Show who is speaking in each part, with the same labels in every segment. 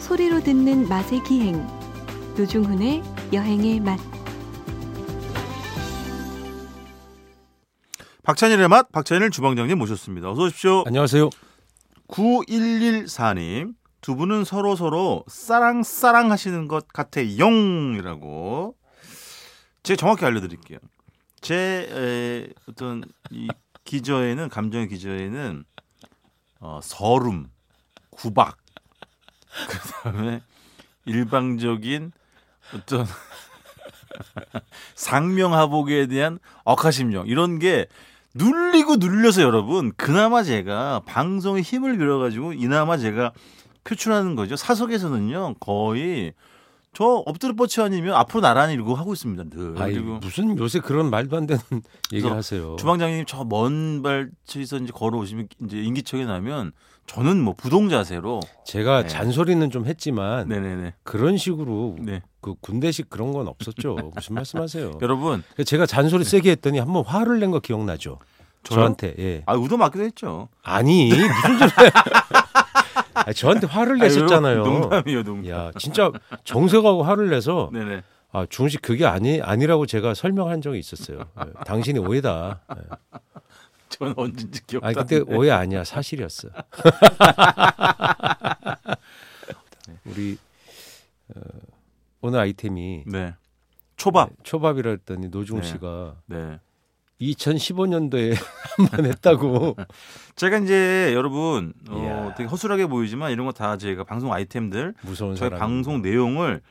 Speaker 1: 소리로 듣는 맛의 기행 노중훈의 여행의 맛
Speaker 2: 박찬일의 맛, 박찬일 주방장님 모셨습니다. 어서 오십시오.
Speaker 3: 안녕하세요.
Speaker 2: 9114님. 두 분은 서로 서로 싸랑싸랑 하시는 것 같아용이라고. 제가 정확히 알려드릴게요. 제 에, 어떤 이 기저에는 감정의 기저에는 어, 서름, 구박, 그다음에 일방적인 어떤 상명하복에 대한 억하심정 이런 게 눌리고 눌려서 여러분 그나마 제가 방송에 힘을 빌어가지고 이나마 제가 표출하는 거죠 사석에서는요 거의 저 엎드려 뻗치 아니면 앞으로 나란히 이러고 하고 있습니다 늘
Speaker 3: 아이,
Speaker 2: 그리고
Speaker 3: 무슨 요새 그런 말도 안 되는 얘기를 하세요.
Speaker 2: 주방장님 저 먼 발치에서 이제 걸어오시면 이제 인기척에 나면 저는 뭐 부동자세로
Speaker 3: 제가
Speaker 2: 네.
Speaker 3: 잔소리는 좀 했지만
Speaker 2: 네네네
Speaker 3: 그런 식으로
Speaker 2: 네
Speaker 3: 그 군대식 그런 건 없었죠. 무슨 말씀하세요? 그러니까
Speaker 2: 여러분 네.
Speaker 3: 제가 잔소리 세게 했더니 한번 화를 낸 거 기억나죠?
Speaker 2: 저요?
Speaker 3: 저한테 예.
Speaker 2: 아 우도 맞기도 했죠
Speaker 3: 아니 무슨 소리야? 아, 저한테 화를
Speaker 2: 아니, 여러분,
Speaker 3: 내셨잖아요.
Speaker 2: 농담이에요 농담
Speaker 3: 야 진짜 정색하고 화를 내서
Speaker 2: 네네
Speaker 3: 아 중훈 씨 그게 아니 아니라고 제가 설명한 적이 있었어요. 예, 당신이 오해다. 예.
Speaker 2: 저는 언제인지 기억도
Speaker 3: 아
Speaker 2: 안
Speaker 3: 그때
Speaker 2: 나요.
Speaker 3: 오해 아니야 사실이었어. 우리 어, 오늘 아이템이
Speaker 2: 네. 초밥.
Speaker 3: 초밥이라 했더니 노중훈
Speaker 2: 네.
Speaker 3: 씨가
Speaker 2: 네.
Speaker 3: 2015년도에 한 번 했다고.
Speaker 2: 제가 이제 여러분 어,
Speaker 3: 이야.
Speaker 2: 되게 허술하게 보이지만 이런 거 다 제가 방송 아이템들
Speaker 3: 무서운
Speaker 2: 저희
Speaker 3: 사람.
Speaker 2: 방송 내용을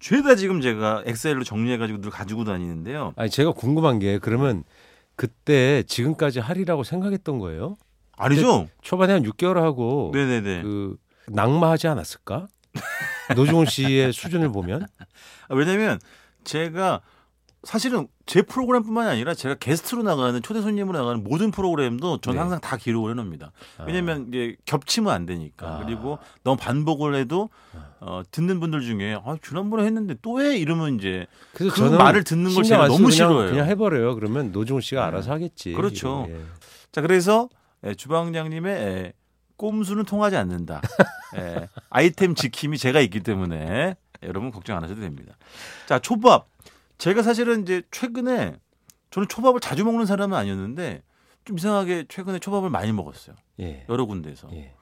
Speaker 2: 죄다 지금 제가 엑셀로 정리해가지고 늘 가지고 다니는데요.
Speaker 3: 아니 제가 궁금한 게 그러면 그때 지금까지 하리라고 생각했던 거예요?
Speaker 2: 아니죠?
Speaker 3: 초반에 한 6개월 하고
Speaker 2: 네네네.
Speaker 3: 그 낙마하지 않았을까? 노중훈 씨의 수준을 보면
Speaker 2: 아, 왜냐면 제가 사실은 제 프로그램뿐만이 아니라 제가 게스트로 나가는 초대 손님으로 나가는 모든 프로그램도 저는
Speaker 3: 네.
Speaker 2: 항상 다 기록을 해놉니다.
Speaker 3: 아,
Speaker 2: 왜냐면 이게 겹치면 안 되니까.
Speaker 3: 아.
Speaker 2: 그리고 너무 반복을 해도 어, 듣는 분들 중에 아, 지난번에 했는데 또 해 이러면 이제
Speaker 3: 그래서
Speaker 2: 그 말을 듣는 걸
Speaker 3: 신경
Speaker 2: 제가
Speaker 3: 안 쓰고
Speaker 2: 너무
Speaker 3: 그냥-
Speaker 2: 싫어해요. 네.
Speaker 3: 그냥 해버려요. 그러면 노중훈 씨가 알아서 하겠지.
Speaker 2: 그렇죠.
Speaker 3: 이거, 예.
Speaker 2: 자 그래서 예, 주방장님의 예, 꼼수는 통하지 않는다. 예, 아이템 지킴이 제가 있기 때문에 예, 여러분 걱정 안 하셔도 됩니다. 자 초밥 제가 사실은 이제 최근에 저는 초밥을 자주 먹는 사람은 아니었는데 좀 이상하게 최근에 초밥을 많이 먹었어요.
Speaker 3: 예.
Speaker 2: 여러 군데에서.
Speaker 3: 예.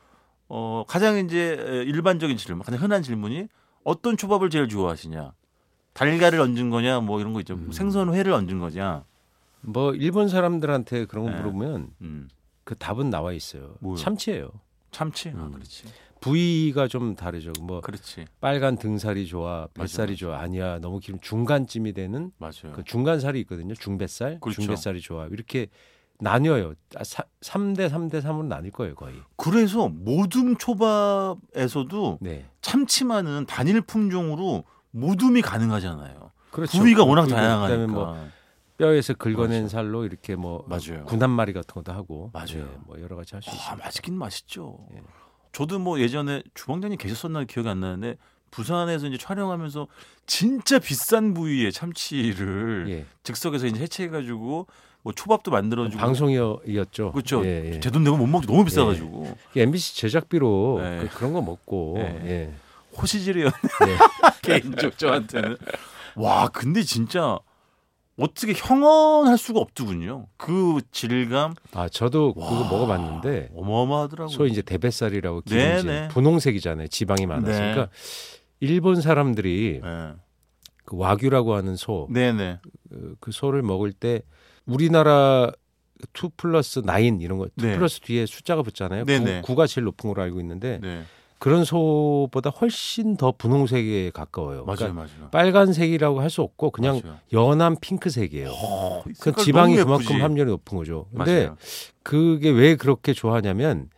Speaker 2: 어, 가장 이제 에, 일반적인 질문, 가장 흔한 질문이 어떤 초밥을 제일 좋아하시냐? 달걀을 얹은 거냐? 뭐 이런 거 있죠.
Speaker 3: 음.
Speaker 2: 생선회를 얹은 거냐?
Speaker 3: 뭐 일본 사람들한테 그런 거
Speaker 2: 예.
Speaker 3: 물어보면
Speaker 2: 음,
Speaker 3: 그 답은 나와 있어요.
Speaker 2: 뭐요?
Speaker 3: 참치예요.
Speaker 2: 참치. 아,
Speaker 3: 음.
Speaker 2: 그렇지.
Speaker 3: 부위가 좀 다르죠. 뭐
Speaker 2: 그렇지.
Speaker 3: 빨간 등살이 좋아,
Speaker 2: 맞아,
Speaker 3: 뱃살이 좋아. 아니야. 너무 기름 중간쯤이 되는
Speaker 2: 맞아요.
Speaker 3: 그 중간살이 있거든요. 중뱃살,
Speaker 2: 그렇죠.
Speaker 3: 중뱃살이 좋아. 이렇게 나뉘어요. 아, 사, 3대 3대 3으로 나뉠 거예요, 거의.
Speaker 2: 그래서 모둠 초밥에서도
Speaker 3: 네.
Speaker 2: 참치만은 단일 품종으로 모둠이 가능하잖아요.
Speaker 3: 그렇죠.
Speaker 2: 부위가 워낙
Speaker 3: 그리고
Speaker 2: 다양하니까.
Speaker 3: 그다음에 뭐 뼈에서 긁어낸
Speaker 2: 맞아.
Speaker 3: 살로 이렇게 뭐
Speaker 2: 맞아요.
Speaker 3: 군함마리 같은 것도 하고
Speaker 2: 맞아요.
Speaker 3: 예, 뭐 여러 가지 할 수
Speaker 2: 와,
Speaker 3: 있어요.
Speaker 2: 맛있긴 맛있죠.
Speaker 3: 예.
Speaker 2: 저도 뭐 예전에 주방장님 계셨었나 기억이 안 나는데 부산에서 이제 촬영하면서 진짜 비싼 부위의 참치를
Speaker 3: 예.
Speaker 2: 즉석에서 이제 해체해가지고 뭐 초밥도 만들어주고
Speaker 3: 방송이었죠.
Speaker 2: 그렇죠.
Speaker 3: 예, 예.
Speaker 2: 제 돈 내고 못 먹죠. 너무 비싸가지고
Speaker 3: MBC 제작비로
Speaker 2: 예.
Speaker 3: 그, 그런 거 먹고
Speaker 2: 예.
Speaker 3: 예.
Speaker 2: 호시질이었
Speaker 3: 예.
Speaker 2: 개인적 저한테는 와 근데 진짜 어떻게 형언할 수가 없더군요. 그 질감
Speaker 3: 아 저도
Speaker 2: 와,
Speaker 3: 그거 먹어봤는데
Speaker 2: 어마어마하더라고요.
Speaker 3: 소위 이제 대뱃살이라고
Speaker 2: 네네.
Speaker 3: 기름진 분홍색이잖아요. 지방이 많았으니까 일본 사람들이
Speaker 2: 네.
Speaker 3: 그 와규라고 하는 소,
Speaker 2: 네네
Speaker 3: 그- 그 소를 먹을 때 우리나라 2 플러스 9 이런 거2
Speaker 2: 네.
Speaker 3: 플러스 뒤에 숫자가 붙잖아요.
Speaker 2: 네네.
Speaker 3: 9, 가 제일 높은 걸로 알고 있는데
Speaker 2: 네
Speaker 3: 그런 소보다 훨씬 더 분홍색에
Speaker 2: 맞아요
Speaker 3: 가까워요. 그러니까
Speaker 2: 맞아요.
Speaker 3: 빨간색이라고 할 수 없고 그냥
Speaker 2: 맞아요.
Speaker 3: 연한 핑크색이에요.
Speaker 2: 어,
Speaker 3: 그
Speaker 2: 색깔
Speaker 3: 지방이
Speaker 2: 너무
Speaker 3: 그만큼
Speaker 2: 예쁘지.
Speaker 3: 함량이 높은 거죠. 근데
Speaker 2: 맞아요.
Speaker 3: 그게 왜 그렇게 좋아하냐면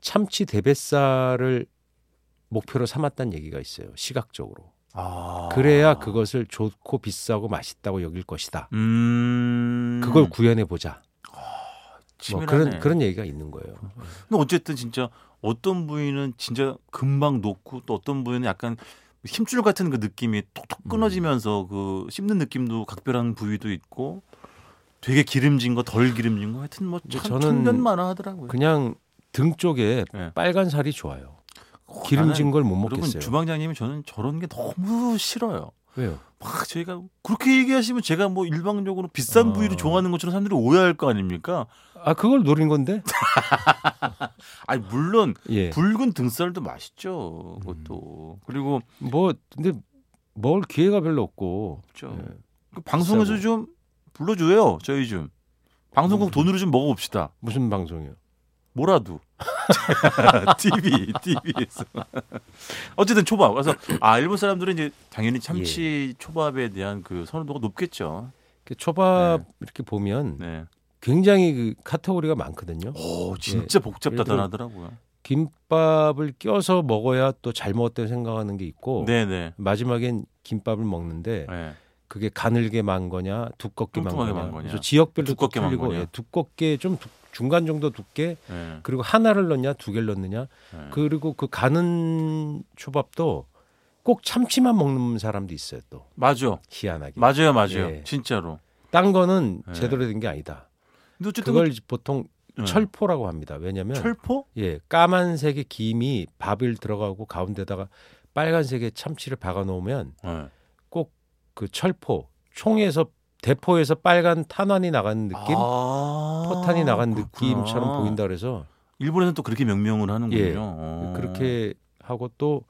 Speaker 3: 참치 대뱃살을 목표로 삼았다는 얘기가 있어요. 시각적으로.
Speaker 2: 아.
Speaker 3: 그래야 그것을 좋고 비싸고 맛있다고 여길 것이다.
Speaker 2: 음
Speaker 3: 그걸 구현해 보자. 뭐
Speaker 2: 치밀하네.
Speaker 3: 그런 그런 얘기가 있는 거예요.
Speaker 2: 근데 어쨌든 진짜 어떤 부위는 진짜 금방 녹고 또 어떤 부위는 약간 힘줄 같은 그 느낌이
Speaker 3: 음.
Speaker 2: 톡톡 끊어지면서 그 씹는 느낌도 각별한 부위도 있고 되게 기름진 거 덜 기름진 거 하여튼
Speaker 3: 근데
Speaker 2: 뭐참
Speaker 3: 저는 그
Speaker 2: 천면 만화 하더라고요.
Speaker 3: 그냥 등 쪽에
Speaker 2: 네.
Speaker 3: 빨간 살이 좋아요. 기름진 걸 못
Speaker 2: 어, 여러분
Speaker 3: 먹겠어요.
Speaker 2: 주방장님이 저는 저런 게 너무 싫어요.
Speaker 3: 왜요?
Speaker 2: 막 저희가 그렇게 얘기하시면 제가 뭐 일방적으로 비싼
Speaker 3: 어.
Speaker 2: 부위를 좋아하는 것처럼 사람들이 오해할 거 아닙니까?
Speaker 3: 아 그걸 노린 건데.
Speaker 2: 아니 물론
Speaker 3: 예.
Speaker 2: 붉은 등살도
Speaker 3: 음.
Speaker 2: 맛있죠. 그것도 그리고
Speaker 3: 뭐 근데 먹을 기회가 별로 없고.
Speaker 2: 그렇죠.
Speaker 3: 예.
Speaker 2: 그 방송에서
Speaker 3: 비싸고. 음.
Speaker 2: 좀 불러줘요. 저희 좀 방송국 돈으로 좀 먹어봅시다.
Speaker 3: 무슨 방송이요?
Speaker 2: 뭐라도 TV, TV에서 어쨌든 초밥. 그래서 아 일본 사람들은 이제 당연히 참치
Speaker 3: 예.
Speaker 2: 초밥에 대한 그 선호도가 높겠죠.
Speaker 3: 그 초밥 이렇게 보면
Speaker 2: 네.
Speaker 3: 굉장히 그 카테고리가 많거든요.
Speaker 2: 오 진짜 복잡다단하더라고요.
Speaker 3: 김밥을 껴서 먹어야 또 잘 먹었다고 생각하는 게 있고
Speaker 2: 네네.
Speaker 3: 마지막엔 김밥을 먹는데
Speaker 2: 네.
Speaker 3: 그게 가늘게 만 거냐 두껍게 만
Speaker 2: 뚱뚱하게
Speaker 3: 거냐,
Speaker 2: 만 거냐.
Speaker 3: 그래서 지역별로
Speaker 2: 두껍게 만
Speaker 3: 틀리고,
Speaker 2: 거냐.
Speaker 3: 예, 두껍게 좀 두- 중간 정도 두께
Speaker 2: 네.
Speaker 3: 그리고 하나를 넣냐 두 개를 넣느냐
Speaker 2: 네.
Speaker 3: 그리고 그 가는 초밥도 꼭 참치만 먹는 사람도 있어요 또
Speaker 2: 맞아.
Speaker 3: 희한하게
Speaker 2: 맞아요, 맞아요.
Speaker 3: 예.
Speaker 2: 진짜로.
Speaker 3: 딴 거는
Speaker 2: 네.
Speaker 3: 제대로 된 게 아니다
Speaker 2: 근데 어쨌든
Speaker 3: 그걸 보통
Speaker 2: 그-
Speaker 3: 철포라고 합니다 왜냐하면
Speaker 2: 철포?
Speaker 3: 예 까만색의 김이 밥을 들어가고 가운데다가 빨간색의 참치를 박아 놓으면
Speaker 2: 네.
Speaker 3: 그 철포 총에서 대포에서 빨간 탄환이 나가는 느낌
Speaker 2: 아,
Speaker 3: 포탄이 나간
Speaker 2: 그렇구나.
Speaker 3: 느낌처럼 보인다 그래서
Speaker 2: 일본에서는 또 그렇게 명명을 하는군요.
Speaker 3: 예.
Speaker 2: 어.
Speaker 3: 그렇게 하고 또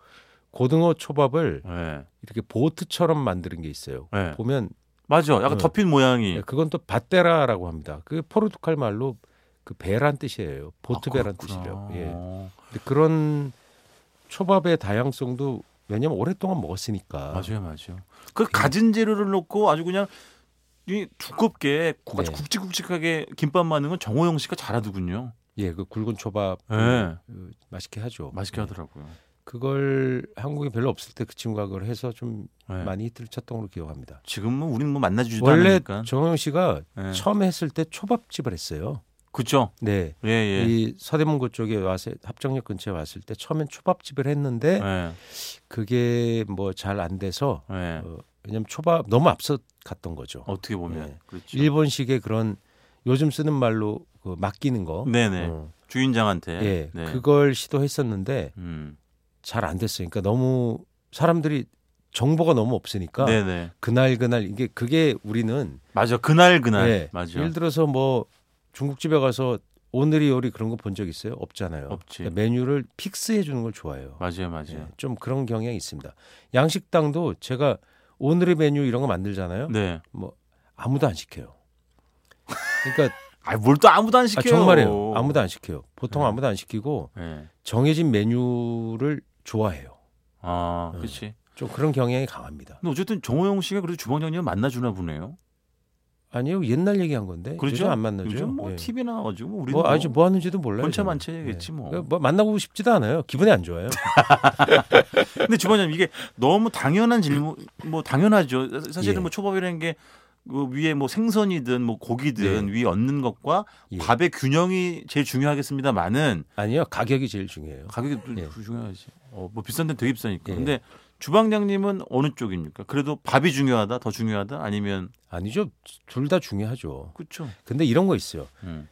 Speaker 3: 고등어 초밥을
Speaker 2: 네.
Speaker 3: 이렇게 보트처럼 만드는 게 있어요.
Speaker 2: 네.
Speaker 3: 보면
Speaker 2: 맞아. 약간
Speaker 3: 네.
Speaker 2: 덮인 모양이.
Speaker 3: 그건 또 바테라라고 합니다. 그 포르투갈 말로 그 배란 뜻이에요. 보트배란 뜻이죠.
Speaker 2: 아, 그렇구나.
Speaker 3: 예. 근데 그런 초밥의 다양성도 왜냐면 오랫동안 먹었으니까.
Speaker 2: 맞아요, 맞아요.
Speaker 3: 예.
Speaker 2: 그 가진 재료를 넣고 아주 그냥 이 두껍게 구- 아주
Speaker 3: 네.
Speaker 2: 굵직굵직하게 김밥 만드는 건 정호영 씨가 잘하더군요.
Speaker 3: 예, 그 굵은 초밥
Speaker 2: 예.
Speaker 3: 그 맛있게 하죠.
Speaker 2: 맛있게
Speaker 3: 예.
Speaker 2: 하더라고요.
Speaker 3: 그걸 한국에 별로 없을 때 그 친구가 그걸 해서 좀
Speaker 2: 예.
Speaker 3: 많이 히트를 쳤던 걸로 기억합니다.
Speaker 2: 지금 뭐 우리는 뭐 만나주지도
Speaker 3: 원래
Speaker 2: 않으니까.
Speaker 3: 정영 씨가
Speaker 2: 예.
Speaker 3: 처음 했을 때 초밥집을 했어요.
Speaker 2: 그죠?
Speaker 3: 네.
Speaker 2: 예, 예.
Speaker 3: 이 서대문구 쪽에 와서 합정역 근처에 왔을 때 처음엔 초밥집을 했는데
Speaker 2: 예.
Speaker 3: 그게 뭐 잘 안 돼서
Speaker 2: 예.
Speaker 3: 어, 왜냐면 초밥 너무 앞서 갔던 거죠.
Speaker 2: 어떻게 보면
Speaker 3: 예.
Speaker 2: 그렇죠.
Speaker 3: 일본식의 그런 요즘 쓰는 말로 그 맡기는 거.
Speaker 2: 네네
Speaker 3: 어,
Speaker 2: 주인장한테.
Speaker 3: 예.
Speaker 2: 네.
Speaker 3: 그걸 시도했었는데
Speaker 2: 음.
Speaker 3: 잘 안 됐으니까 너무 사람들이 정보가 너무 없으니까
Speaker 2: 네네
Speaker 3: 그날 그날 이게 그게 우리는
Speaker 2: 맞아 그날 그날
Speaker 3: 예,
Speaker 2: 맞아.
Speaker 3: 예를 들어서 뭐 중국집에 가서 오늘의 요리 그런 거 본 적 있어요? 없잖아요.
Speaker 2: 없지.
Speaker 3: 그러니까 메뉴를 픽스해 주는 걸 좋아해요.
Speaker 2: 맞아요 맞아요.
Speaker 3: 예, 좀 그런 경향이 있습니다. 양식당도 제가 오늘의 메뉴 이런 거 만들잖아요.
Speaker 2: 네.
Speaker 3: 뭐 아무도 안 시켜요. 그러니까
Speaker 2: 아뭘 또 아무도 안
Speaker 3: 아,
Speaker 2: 시켜요.
Speaker 3: 정말이에요. 아무도 안 시켜요. 보통
Speaker 2: 네.
Speaker 3: 아무도 안 시키고
Speaker 2: 예.
Speaker 3: 정해진 메뉴를 좋아해요.
Speaker 2: 아
Speaker 3: 음.
Speaker 2: 그렇지.
Speaker 3: 좀 그런 경향이 강합니다.
Speaker 2: 근데 어쨌든 정호영 씨가 그래도 주방장님 만나주나 보네요.
Speaker 3: 아니요 옛날 얘기한 건데
Speaker 2: 그렇죠?
Speaker 3: 요즘 예, 안 만나죠.
Speaker 2: 요즘 뭐
Speaker 3: 예.
Speaker 2: TV나 가지고 뭐 우리도
Speaker 3: 뭐 아직 뭐 하는지도 몰라요.
Speaker 2: 번체
Speaker 3: 저는.
Speaker 2: 만체겠지
Speaker 3: 예.
Speaker 2: 뭐.
Speaker 3: 그러니까 만나고 싶지도 않아요. 기분이 안 좋아요.
Speaker 2: 근데 주방장님 이게 너무 당연한 질문 뭐 당연하죠. 사실은
Speaker 3: 음. 예.
Speaker 2: 뭐 초밥이라는 게그 위에 뭐 생선이든 뭐 고기든 위에 얹는 것과
Speaker 3: 예.
Speaker 2: 밥의 균형이 제일 중요하겠습니다만은
Speaker 3: 아니요 가격이 제일 중요해요.
Speaker 2: 가격이 또
Speaker 3: 예.
Speaker 2: 중요하지. 어, 뭐 비싼 데는 되게 비싸니까.
Speaker 3: 예.
Speaker 2: 근데 주방장님은 어느 쪽입니까? 그래도 밥이 중요하다, 더 중요하다, 아니면
Speaker 3: 아니죠 둘 다 중요하죠.
Speaker 2: 그렇죠.
Speaker 3: 근데 이런 거 있어요.
Speaker 2: 음.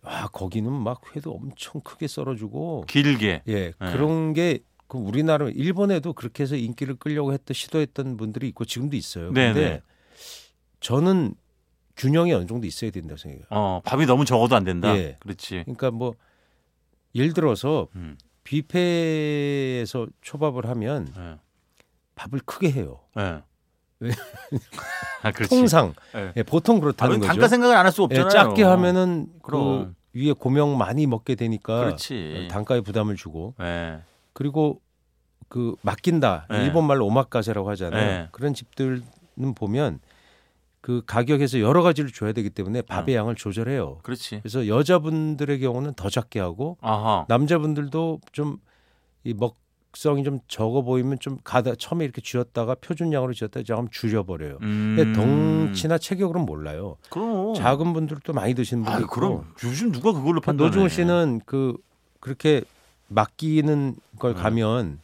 Speaker 3: 아 거기는 막 회도 엄청 크게 썰어주고
Speaker 2: 길게.
Speaker 3: 예 그런 게 그 우리나라 일본에도 그렇게 해서 인기를 끌려고 했던 시도했던 분들이 있고 지금도 있어요.
Speaker 2: 네, 네.
Speaker 3: 근데 저는 균형이 어느 정도 있어야 된다고 생각해요.
Speaker 2: 어, 밥이 너무 적어도 안 된다.
Speaker 3: 예.
Speaker 2: 그렇지.
Speaker 3: 그러니까 뭐 예를 들어서
Speaker 2: 음.
Speaker 3: 뷔페에서 초밥을 하면
Speaker 2: 예.
Speaker 3: 밥을 크게 해요.
Speaker 2: 예.
Speaker 3: 왜?
Speaker 2: 아, 그렇지.
Speaker 3: 네. 통상
Speaker 2: 예.
Speaker 3: 예, 보통
Speaker 2: 아,
Speaker 3: 그렇다는
Speaker 2: 우린
Speaker 3: 거죠.
Speaker 2: 단가 생각을 안 할 수 없잖아요.
Speaker 3: 예, 작게 하면은 그
Speaker 2: 그럼.
Speaker 3: 위에 고명 많이 먹게 되니까
Speaker 2: 어,
Speaker 3: 예,
Speaker 2: 그렇지.
Speaker 3: 단가에 부담을 주고
Speaker 2: 예.
Speaker 3: 그리고 그 맡긴다
Speaker 2: 예.
Speaker 3: 일본 말로 오마카세라고 하잖아요.
Speaker 2: 예.
Speaker 3: 그런 집들은 보면 그 가격에서 여러 가지를 줘야 되기 때문에
Speaker 2: 음.
Speaker 3: 밥의 양을 조절해요.
Speaker 2: 그렇지.
Speaker 3: 그래서 여자분들의 경우는 더 작게 하고
Speaker 2: 아하.
Speaker 3: 남자분들도 좀 이 먹성이 좀 적어 보이면 좀 가다 처음에 이렇게 쥐었다가 표준량으로 쥐었다가 조금 줄여버려요.
Speaker 2: 음.
Speaker 3: 근데 네, 덩치나 체격으로는 몰라요.
Speaker 2: 그럼.
Speaker 3: 작은 분들도 많이 드시는 분들
Speaker 2: 아,
Speaker 3: 있고. 그러니까
Speaker 2: 그럼 요즘 누가 그걸로 판단해?
Speaker 3: 노중훈 씨는 그 그렇게 맡기는 걸
Speaker 2: 네.
Speaker 3: 가면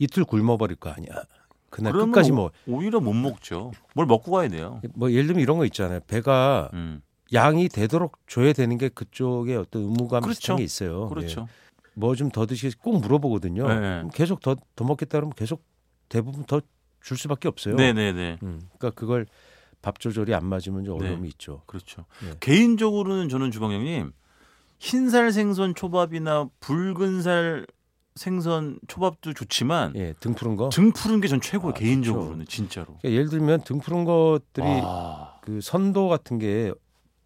Speaker 3: 이틀 굶어버릴 거 아니야. 그날
Speaker 2: 그러면
Speaker 3: 끝까지
Speaker 2: 오-
Speaker 3: 뭐,
Speaker 2: 오히려 못 먹죠. 뭘 먹고 가야 돼요.
Speaker 3: 뭐 예를 들면 이런 거 있잖아요. 배가
Speaker 2: 음.
Speaker 3: 양이 되도록 줘야 되는 게 그쪽에 어떤 의무감
Speaker 2: 그렇죠.
Speaker 3: 비슷한 게 있어요.
Speaker 2: 그렇죠.
Speaker 3: 예. 뭐 좀 더 드시겠어요? 꼭 물어보거든요.
Speaker 2: 네.
Speaker 3: 그럼 계속 더, 더 먹겠다 그러면 계속 대부분 더 줄 수밖에 없어요.
Speaker 2: 네네네.
Speaker 3: 음, 그러니까 그걸 밥 조절이 안 맞으면 좀
Speaker 2: 네.
Speaker 3: 어려움이 있죠.
Speaker 2: 그렇죠.
Speaker 3: 네.
Speaker 2: 개인적으로는 저는 주방장님 흰살 생선 초밥이나 붉은살 생선 초밥도 좋지만
Speaker 3: 예, 등 푸른 거.
Speaker 2: 등 푸른 게 전 최고예요.
Speaker 3: 아,
Speaker 2: 개인적으로는 진짜로.
Speaker 3: 그러니까 예를 들면 등 푸른 것들이
Speaker 2: 아,
Speaker 3: 그 선도 같은 게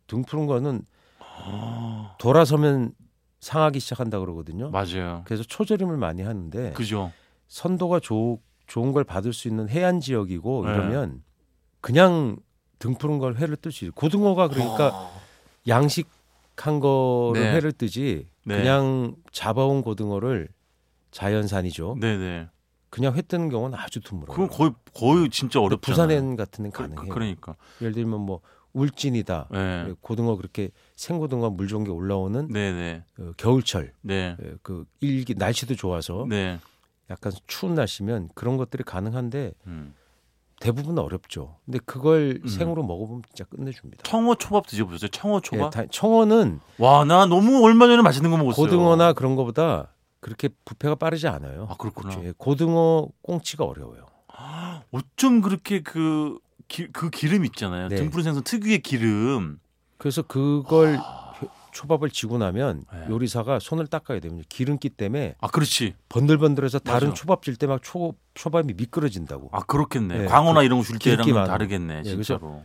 Speaker 3: 등 푸른 거는
Speaker 2: 아,
Speaker 3: 돌아서면 상하기 시작한다 그러거든요.
Speaker 2: 맞아요.
Speaker 3: 그래서 초절임을 많이 하는데
Speaker 2: 그죠.
Speaker 3: 선도가 좋- 좋은 걸 받을 수 있는 해안 지역이고
Speaker 2: 네.
Speaker 3: 이러면 그냥 등 푸른 걸 회를 뜰 수 있어요. 고등어가 그러니까 양식한 거를
Speaker 2: 아. 네.
Speaker 3: 회를 뜨지
Speaker 2: 네.
Speaker 3: 그냥 잡아온 고등어를 자연산이죠.
Speaker 2: 네네.
Speaker 3: 그냥 회 뜨는 경우는 아주 드물어요.
Speaker 2: 그건 거의 거의 진짜
Speaker 3: 근데
Speaker 2: 어렵잖아요.
Speaker 3: 뭐 부산엔 같은 데는
Speaker 2: 그,
Speaker 3: 가능해요.
Speaker 2: 러니까
Speaker 3: 예를 들면 뭐 울진이다. 예,
Speaker 2: 네.
Speaker 3: 고등어 그렇게 생고등어 물종게 올라오는
Speaker 2: 네네.
Speaker 3: 어, 겨울철
Speaker 2: 네.
Speaker 3: 예, 그 일기 날씨도 좋아서
Speaker 2: 네.
Speaker 3: 약간 추운 날씨면 그런 것들이 가능한데
Speaker 2: 음.
Speaker 3: 대부분 어렵죠. 근데 그걸
Speaker 2: 음.
Speaker 3: 생으로 먹어보면 진짜 끝내줍니다.
Speaker 2: 청어 초밥 드셔보셨어요? 청어
Speaker 3: 예,
Speaker 2: 초밥?
Speaker 3: 다- 청어는
Speaker 2: 와, 나 너무 얼마 전에 맛있는 거 먹었어요.
Speaker 3: 고등어나 그런 거보다 그렇게 부패가 빠르지 않아요.
Speaker 2: 아 그렇구나.
Speaker 3: 그렇죠. 예, 고등어 꽁치가 어려워요.
Speaker 2: 어쩜 그렇게 그, 기, 그 기름 있잖아요.
Speaker 3: 네.
Speaker 2: 등푸른 생선 특유의 기름.
Speaker 3: 그래서 그걸
Speaker 2: 아.
Speaker 3: 회- 초밥을 지고 나면
Speaker 2: 네.
Speaker 3: 요리사가 손을 닦아야 됩니다. 기름기 때문에
Speaker 2: 아 그렇지.
Speaker 3: 번들번들해서 다른
Speaker 2: 맞아요.
Speaker 3: 초밥질 때 막 초밥이 미끄러진다고.
Speaker 2: 아 그렇겠네.
Speaker 3: 네,
Speaker 2: 광어나 이런 거 줄 때랑
Speaker 3: 기름기 많아.
Speaker 2: 다르겠네.
Speaker 3: 네,
Speaker 2: 진짜로.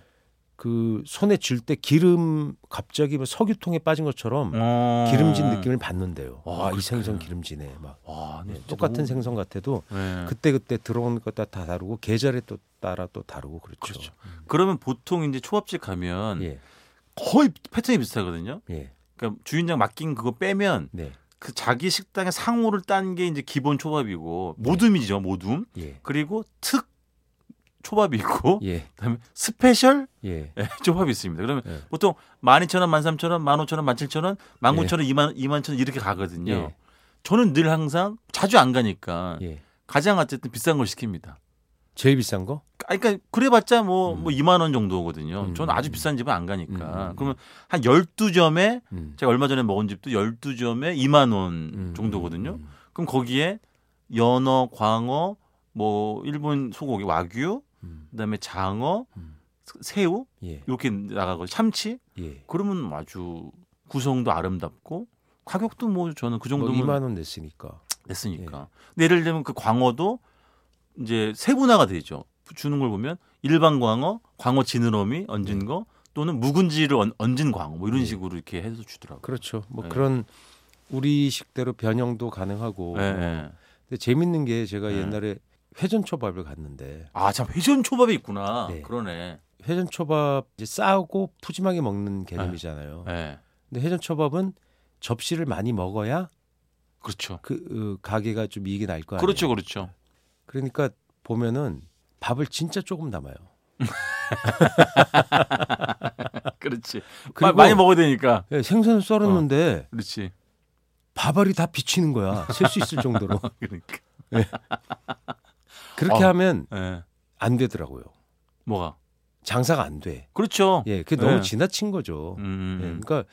Speaker 3: 그 손에 줄 때 기름 갑자기 뭐 석유통에 빠진 것처럼
Speaker 2: 어.
Speaker 3: 음. 기름진 느낌을 받는데요.
Speaker 2: 와,
Speaker 3: 아, 이
Speaker 2: 그렇구나.
Speaker 3: 생선 기름지네. 막
Speaker 2: 와,
Speaker 3: 예,
Speaker 2: 네, 진짜
Speaker 3: 똑같은
Speaker 2: 너무-
Speaker 3: 생선 같아도
Speaker 2: 네.
Speaker 3: 그때 그때 들어온 것다 다 다르고 계절에 또 따라 또 다르고 그렇죠.
Speaker 2: 그렇죠. 그러면 보통 이제 초밥집 가면
Speaker 3: 예,
Speaker 2: 거의 패턴이 비슷하거든요.
Speaker 3: 예,
Speaker 2: 그러니까 주인장 맡긴 그거 빼면
Speaker 3: 네,
Speaker 2: 그 자기 식당의 상호를 딴 게 이제 기본 초밥이고
Speaker 3: 네.
Speaker 2: 모둠이죠, 모둠.
Speaker 3: 예,
Speaker 2: 그리고 특 초밥이 있고
Speaker 3: 예,
Speaker 2: 그다음에 스페셜
Speaker 3: 예.
Speaker 2: 예, 조합이 있습니다. 그러면
Speaker 3: 예.
Speaker 2: 보통 12,000원, 13,000원, 15,000원, 17,000원, 19,000원, 2만 2만 천 이렇게 가거든요.
Speaker 3: 예.
Speaker 2: 저는 늘 항상 자주 안 가니까
Speaker 3: 예.
Speaker 2: 가장 어쨌든 비싼 걸 시킵니다.
Speaker 3: 제일 비싼 거?
Speaker 2: 아, 그러니까 그래봤자 뭐,
Speaker 3: 음.
Speaker 2: 뭐 2만 원 정도거든요.
Speaker 3: 음.
Speaker 2: 저는 아주 비싼 집은 안 가니까.
Speaker 3: 음.
Speaker 2: 그러면 한 12점에
Speaker 3: 음.
Speaker 2: 제가 얼마 전에 먹은 집도 12점에 2만 원 정도거든요.
Speaker 3: 음,
Speaker 2: 그럼 거기에 연어, 광어, 뭐 일본 소고기 와규,
Speaker 3: 음,
Speaker 2: 그다음에 장어,
Speaker 3: 음.
Speaker 2: 새우
Speaker 3: 예,
Speaker 2: 이렇게 나가고 참치
Speaker 3: 예.
Speaker 2: 그러면 아주 구성도 아름답고 가격도 뭐 저는 그
Speaker 3: 뭐
Speaker 2: 정도면
Speaker 3: 2만 원 냈으니까.
Speaker 2: 냈으니까. 근데 예를 들면 그 광어도 이제 세분화가 되죠. 주는 걸 보면 일반 광어, 광어 지느러미 얹은 거 또는 묵은지를 얹- 얹은 광어 뭐 이런
Speaker 3: 네.
Speaker 2: 식으로 이렇게 해서 주더라고요.
Speaker 3: 그렇죠. 뭐
Speaker 2: 예.
Speaker 3: 그런 우리식대로 변형도 가능하고.
Speaker 2: 예,
Speaker 3: 뭐.
Speaker 2: 예.
Speaker 3: 근데 재밌는 게 제가
Speaker 2: 예.
Speaker 3: 옛날에 회전초밥을 갔는데
Speaker 2: 아, 참 회전 초밥이 있구나.
Speaker 3: 네.
Speaker 2: 그러네.
Speaker 3: 회전초밥 이제 싸고 푸짐하게 먹는 개념이잖아요.
Speaker 2: 예.
Speaker 3: 근데 회전초밥은 접시를 많이 먹어야
Speaker 2: 그렇죠.
Speaker 3: 그 어, 가게가 좀 이익이 날 거 아니에요.
Speaker 2: 그렇죠. 그렇죠.
Speaker 3: 그러니까 보면은 밥을 진짜 조금 남아요.
Speaker 2: 그렇지. 마,
Speaker 3: 그리고
Speaker 2: 많이 먹어야 어. 되니까.
Speaker 3: 예, 생선을 썰었는데
Speaker 2: 그렇지.
Speaker 3: 밥알이 다 비치는 거야. 셀 수 있을 정도로.
Speaker 2: 그러니까.
Speaker 3: 그렇게
Speaker 2: 어.
Speaker 3: 하면
Speaker 2: 예.
Speaker 3: 안 되더라고요.
Speaker 2: 뭐가?
Speaker 3: 장사가 안 돼.
Speaker 2: 그렇죠.
Speaker 3: 예, 그게 너무
Speaker 2: 네.
Speaker 3: 지나친 거죠.
Speaker 2: 음.
Speaker 3: 예, 그러니까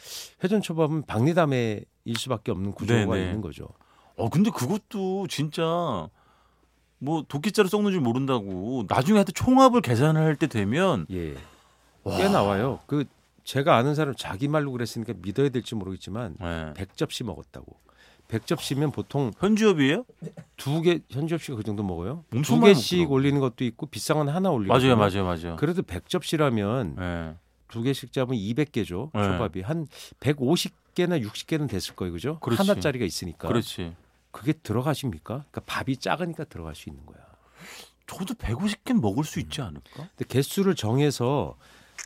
Speaker 3: 회전초밥은 박리담에일 수밖에 없는 구조가
Speaker 2: 네, 네.
Speaker 3: 있는 거죠.
Speaker 2: 어 근데 그것도 진짜 뭐 도끼자루 썩는 줄 모른다고 나중에 하여튼 총합을 계산을 할 때 되면
Speaker 3: 예,
Speaker 2: 와.
Speaker 3: 꽤 나와요. 그 제가 아는 사람 자기 말로 그랬으니까 믿어야 될지 모르겠지만
Speaker 2: 예.
Speaker 3: 100접시 먹었다고. 100접시면 보통
Speaker 2: 현주엽이에요?
Speaker 3: 두 개 현접시가 그 정도 먹어요?
Speaker 2: 엄청
Speaker 3: 두
Speaker 2: 많이
Speaker 3: 개씩
Speaker 2: 먹더라고.
Speaker 3: 올리는 것도 있고 비싼 건 하나 올리고.
Speaker 2: 맞아요, 맞아요, 맞아요.
Speaker 3: 그래도 100접시라면
Speaker 2: 예.
Speaker 3: 두 개씩 잡으면 200개죠.
Speaker 2: 네.
Speaker 3: 초밥이 한 150개나 60개는 됐을 거예요. 그죠?
Speaker 2: 그렇지.
Speaker 3: 하나짜리가 있으니까.
Speaker 2: 그렇지.
Speaker 3: 그게 들어가십니까? 그러니까 밥이 작으니까 들어갈 수 있는 거야.
Speaker 2: 저도 150개 먹을 수 있지 않을까?
Speaker 3: 근데 개수를 정해서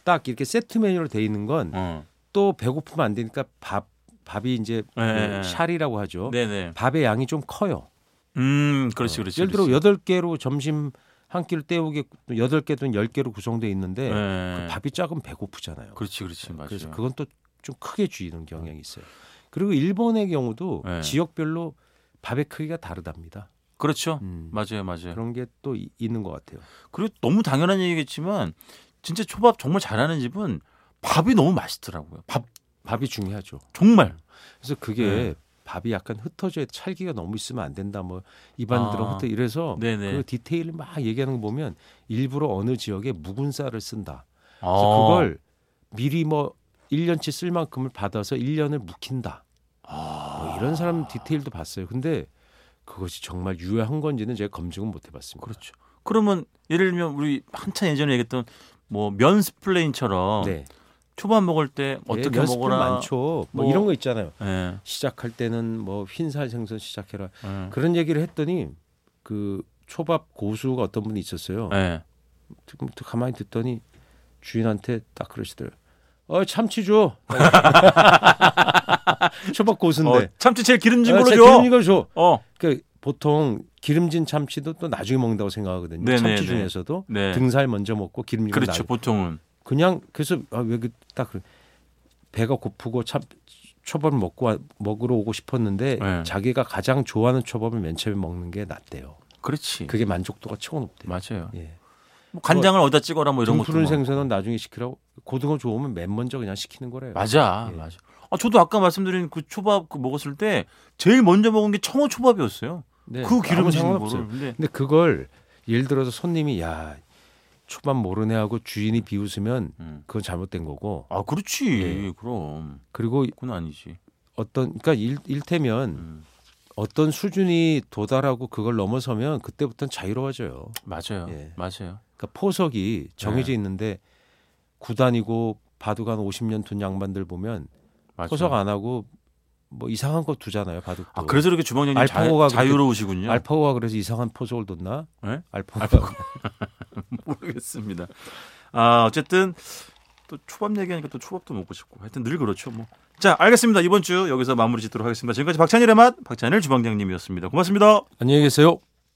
Speaker 3: 딱 이렇게 세트 메뉴로 돼 있는 건 또
Speaker 2: 어.
Speaker 3: 배고프면 안 되니까 밥 밥이 이제
Speaker 2: 네.
Speaker 3: 그 샬이라고 하죠.
Speaker 2: 네, 네.
Speaker 3: 밥의 양이 좀 커요.
Speaker 2: 음, 그렇지, 그렇지.
Speaker 3: 예를 들어 여덟 개로 점심 한 끼를 때우게 여덟 개 또는 열 개로 구성돼 있는데 그
Speaker 2: 예.
Speaker 3: 밥이 작으면 배고프잖아요.
Speaker 2: 그렇지, 그렇지, 네, 맞아요.
Speaker 3: 그래서 그건 또 좀 크게 줄이는 경향이 있어요. 그리고 일본의 경우도
Speaker 2: 네.
Speaker 3: 지역별로 밥의 크기가 다르답니다.
Speaker 2: 그렇죠.
Speaker 3: 음,
Speaker 2: 맞아요, 맞아요.
Speaker 3: 그런 게 또 있는 것 같아요.
Speaker 2: 그리고 너무 당연한 얘기겠지만 진짜 초밥 정말 잘하는 집은 밥이 너무 맛있더라고요. 밥
Speaker 3: 밥이 중요하죠.
Speaker 2: 정말.
Speaker 3: 그래서 그게
Speaker 2: 네.
Speaker 3: 밥이 약간 흩어져 찰기가 너무 있으면 안 된다. 뭐 입안들은
Speaker 2: 아.
Speaker 3: 흩어 이래서
Speaker 2: 네네.
Speaker 3: 그 디테일을 막 얘기하는 거 보면 일부러 어느 지역에 묵은 쌀을 쓴다. 그래서
Speaker 2: 어.
Speaker 3: 그걸 미리 뭐 1년치 쓸 만큼을 받아서 1년을 묵힌다.
Speaker 2: 아.
Speaker 3: 뭐 이런 사람 디테일도 봤어요. 근데 그것이 정말 유효한 건지는 제가 검증은 못 해봤습니다.
Speaker 2: 그렇죠. 그러면 예를 들면 우리 한참 예전에 얘기했던 뭐 면 스플레인처럼
Speaker 3: 네.
Speaker 2: 초밥 먹을 때 어, 어떻게
Speaker 3: 연습은
Speaker 2: 먹어라.
Speaker 3: 많죠. 뭐,
Speaker 2: 뭐.
Speaker 3: 이런 거 있잖아요.
Speaker 2: 예,
Speaker 3: 시작할 때는 뭐 흰살 생선 시작해라
Speaker 2: 예,
Speaker 3: 그런 얘기를 했더니 그 초밥 고수가 어떤 분이 있었어요.
Speaker 2: 예.
Speaker 3: 지금 또 가만히 듣더니 주인한테 딱 그러시더라고요. 어 참치 줘. 초밥 고수인데.
Speaker 2: 어, 참치 제일 기름진 걸로
Speaker 3: 그렇죠. 아,
Speaker 2: 줘.
Speaker 3: 기름진 걸 줘.
Speaker 2: 어,
Speaker 3: 그 보통 기름진 참치도 또 나중에 먹는다고 생각하거든요.
Speaker 2: 네네네.
Speaker 3: 참치 중에서도
Speaker 2: 네.
Speaker 3: 등살 먼저 먹고 기름진 걸
Speaker 2: 그렇죠.
Speaker 3: 나중에.
Speaker 2: 보통은
Speaker 3: 그냥 그래서 아, 왜그딱 그래. 배가 고프고 참 초밥 먹고 와- 먹으러 오고 싶었는데
Speaker 2: 네.
Speaker 3: 자기가 가장 좋아하는 초밥을 맨 처음에 먹는 게 낫대요.
Speaker 2: 그렇지. 네,
Speaker 3: 그게 만족도가 최고 높대요.
Speaker 2: 맞아요.
Speaker 3: 예.
Speaker 2: 뭐 간장을 어디다 찍어라 뭐 이런 것도
Speaker 3: 등푸른
Speaker 2: 뭐.
Speaker 3: 생선은 나중에 시키라고 고등어 좋으면 맨 먼저 그냥 시키는 거래요.
Speaker 2: 맞아,
Speaker 3: 예.
Speaker 2: 맞아. 아, 저도 아까 말씀드린 그 초밥 그 먹었을 때 제일 먼저 먹은 게 청어 초밥이었어요.
Speaker 3: 네,
Speaker 2: 그
Speaker 3: 아무
Speaker 2: 기름진
Speaker 3: 상관없어요.
Speaker 2: 거를. 근데
Speaker 3: 근데 그걸 예를 들어서 손님이 야 초밥 모르네 하고 주인이 비웃으면
Speaker 2: 음.
Speaker 3: 그건 잘못된 거고
Speaker 2: 아, 그렇지.
Speaker 3: 예.
Speaker 2: 그럼
Speaker 3: 그리고
Speaker 2: 그건 아니지.
Speaker 3: 어떤 그러니까 일, 일테면
Speaker 2: 음.
Speaker 3: 어떤 수준이 도달하고 그걸 넘어서면 그때부터는 자유로워져요.
Speaker 2: 맞아요.
Speaker 3: 예.
Speaker 2: 맞아요.
Speaker 3: 그러니까 포석이
Speaker 2: 네.
Speaker 3: 정해져 있는데 구단이고 바둑 한 50년 둔 양반들 보면
Speaker 2: 맞아요.
Speaker 3: 포석 안 하고 뭐 이상한 거 두잖아요. 바둑도.
Speaker 2: 아, 그래서 이렇게 주방장님 자,
Speaker 3: 알파고가 그렇게-
Speaker 2: 자유로우시군요.
Speaker 3: 알파고가 그래서 이상한 포석을 뒀나?
Speaker 2: 예?
Speaker 3: 알파고가
Speaker 2: 모르겠습니다. 아 어쨌든 또 초밥 얘기하니까 또 초밥도 먹고 싶고 하여튼 늘 그렇죠 뭐. 자 알겠습니다. 이번 주 여기서 마무리 짓도록 하겠습니다. 지금까지 박찬일의 맛 박찬일 주방장님이었습니다. 고맙습니다.
Speaker 3: 안녕히 계세요.